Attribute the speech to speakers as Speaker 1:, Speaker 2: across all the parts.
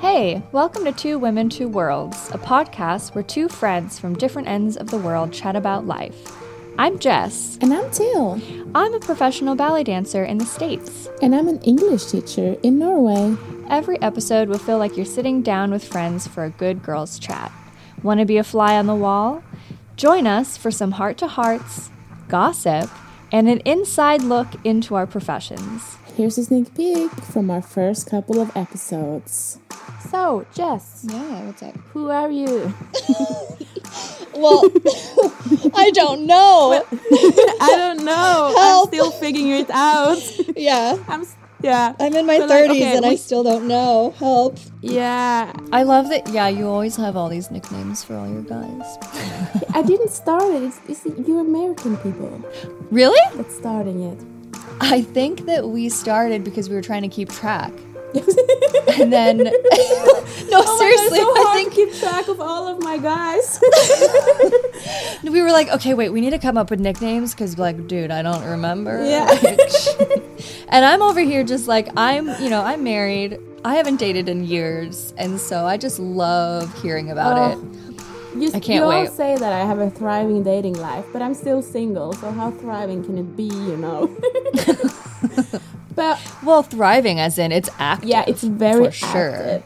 Speaker 1: Hey, welcome to Two Women, Two Worlds, a podcast where two friends from different ends of the world chat about life. I'm Jess.
Speaker 2: And I'm Jill,
Speaker 1: I'm a professional ballet dancer in the States.
Speaker 2: and I'm an English teacher in Norway.
Speaker 1: Every episode will feel like you're sitting down with friends for a good girls' chat. Want to be a fly on the wall? Join us for some heart to hearts, gossip, and an inside look into our professions.
Speaker 2: Here's a sneak peek from our first couple of episodes. So, Jess,
Speaker 3: Yeah, what's up?
Speaker 2: who are you?
Speaker 3: Well, I don't know.
Speaker 2: I don't know.
Speaker 3: Help.
Speaker 2: still figuring it out.
Speaker 3: Yeah,
Speaker 2: I'm s- yeah.
Speaker 3: I'm in my
Speaker 2: But, like,
Speaker 3: 30s
Speaker 2: okay,
Speaker 3: and I
Speaker 2: we-
Speaker 3: still don't know. Help.
Speaker 2: Yeah.
Speaker 4: I love that. Yeah, you always have all these nicknames for all your guys.
Speaker 2: I didn't start it. It's, it's you American people
Speaker 4: Really?
Speaker 2: that's starting it.
Speaker 4: I think that we started because we were trying to keep track.
Speaker 2: Oh
Speaker 4: And then, no,
Speaker 3: Oh
Speaker 4: seriously, I think
Speaker 2: keep track of all of my guys.
Speaker 4: we were like, okay, wait, we need to come up with nicknames because, like, dude, I don't remember.
Speaker 2: Yeah.
Speaker 4: Like, and I'm over here just like, I'm, you know, I'm married. I haven't dated in years. And so I just love hearing about
Speaker 2: Oh.
Speaker 4: it.
Speaker 2: You,
Speaker 4: I can't
Speaker 2: you
Speaker 4: wait.
Speaker 2: all say that I have a thriving dating life, but I'm still single, so how thriving can it be, you know? but
Speaker 4: Well, thriving, as in it's active.
Speaker 2: yeah, it's very
Speaker 4: for sure.
Speaker 2: active.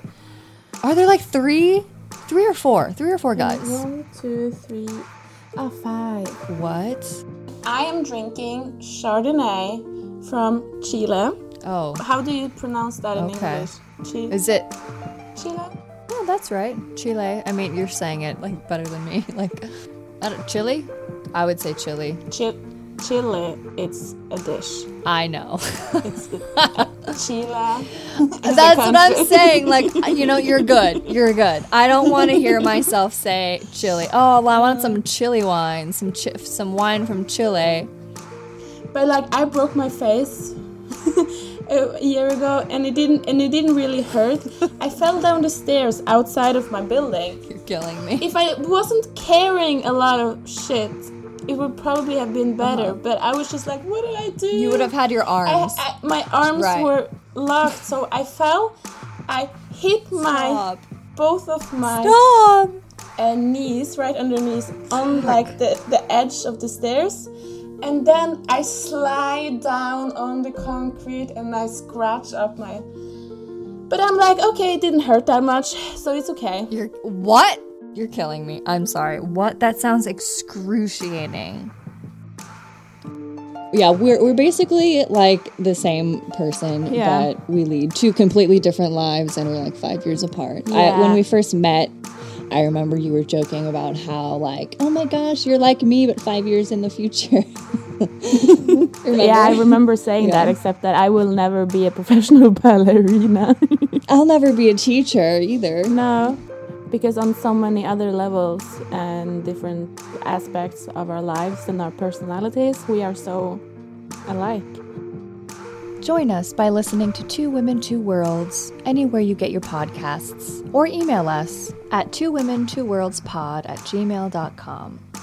Speaker 4: Are there like three, three or four, three or four guys?
Speaker 2: One, two, three, ah, five.
Speaker 4: What?
Speaker 2: I am drinking Chardonnay from Chile.
Speaker 4: Oh,
Speaker 2: How do you pronounce that in
Speaker 4: Okay.
Speaker 2: English? Chi-
Speaker 4: Is it?
Speaker 2: Chile?
Speaker 4: Yeah, that's right. Chile. I mean, you're saying it like better than me. Like, I don't, Chile. I would say Chile.
Speaker 2: Chi- Chile, it's a dish.
Speaker 4: I know.
Speaker 2: It's the, Chile.
Speaker 4: that's what I'm
Speaker 2: country.
Speaker 4: saying. Like, you know, you're good. You're good. I don't want to hear myself say Chile. Oh, I want some Chile wine. Some chi- some wine from Chile.
Speaker 2: but like I broke my face a year ago, and it didn't and it didn't really hurt. I fell down the stairs outside of my building.
Speaker 4: You're killing me.
Speaker 2: If I wasn't carrying a lot of shit, it would probably have been better. But I was just like, what did I do?
Speaker 4: Uh-huh. You would have had your
Speaker 2: I,
Speaker 4: arms.
Speaker 2: I, my arms
Speaker 4: Right.
Speaker 2: were locked, so I fell. I hit my
Speaker 4: Stop.
Speaker 2: both of my
Speaker 4: Stop.
Speaker 2: and knees, right under knees, on like the, the edge of the stairs. And then I slide down on the concrete and I scratch up my. But I'm like, okay, it didn't hurt that much, so it's okay.
Speaker 4: You're what? You're killing me. I'm sorry. What? That sounds excruciating. Yeah, we're we're basically like the same person,
Speaker 2: Yeah.
Speaker 4: but we lead two completely different lives, and we're like five years apart. I, when
Speaker 2: Yeah.
Speaker 4: we first met, I remember you were joking about how like, oh my gosh, you're like me, but five years in the future. remember?
Speaker 2: remember saying
Speaker 4: Yeah. that,
Speaker 2: except that I will never be a professional ballerina.
Speaker 4: I'll never be a teacher either.
Speaker 2: no, because on so many other levels and different aspects of our lives and our personalities, we are so alike.
Speaker 1: Join us by listening to Two Women, Two Worlds anywhere you get your podcasts or email us at two women, two worlds pod at gmail.com.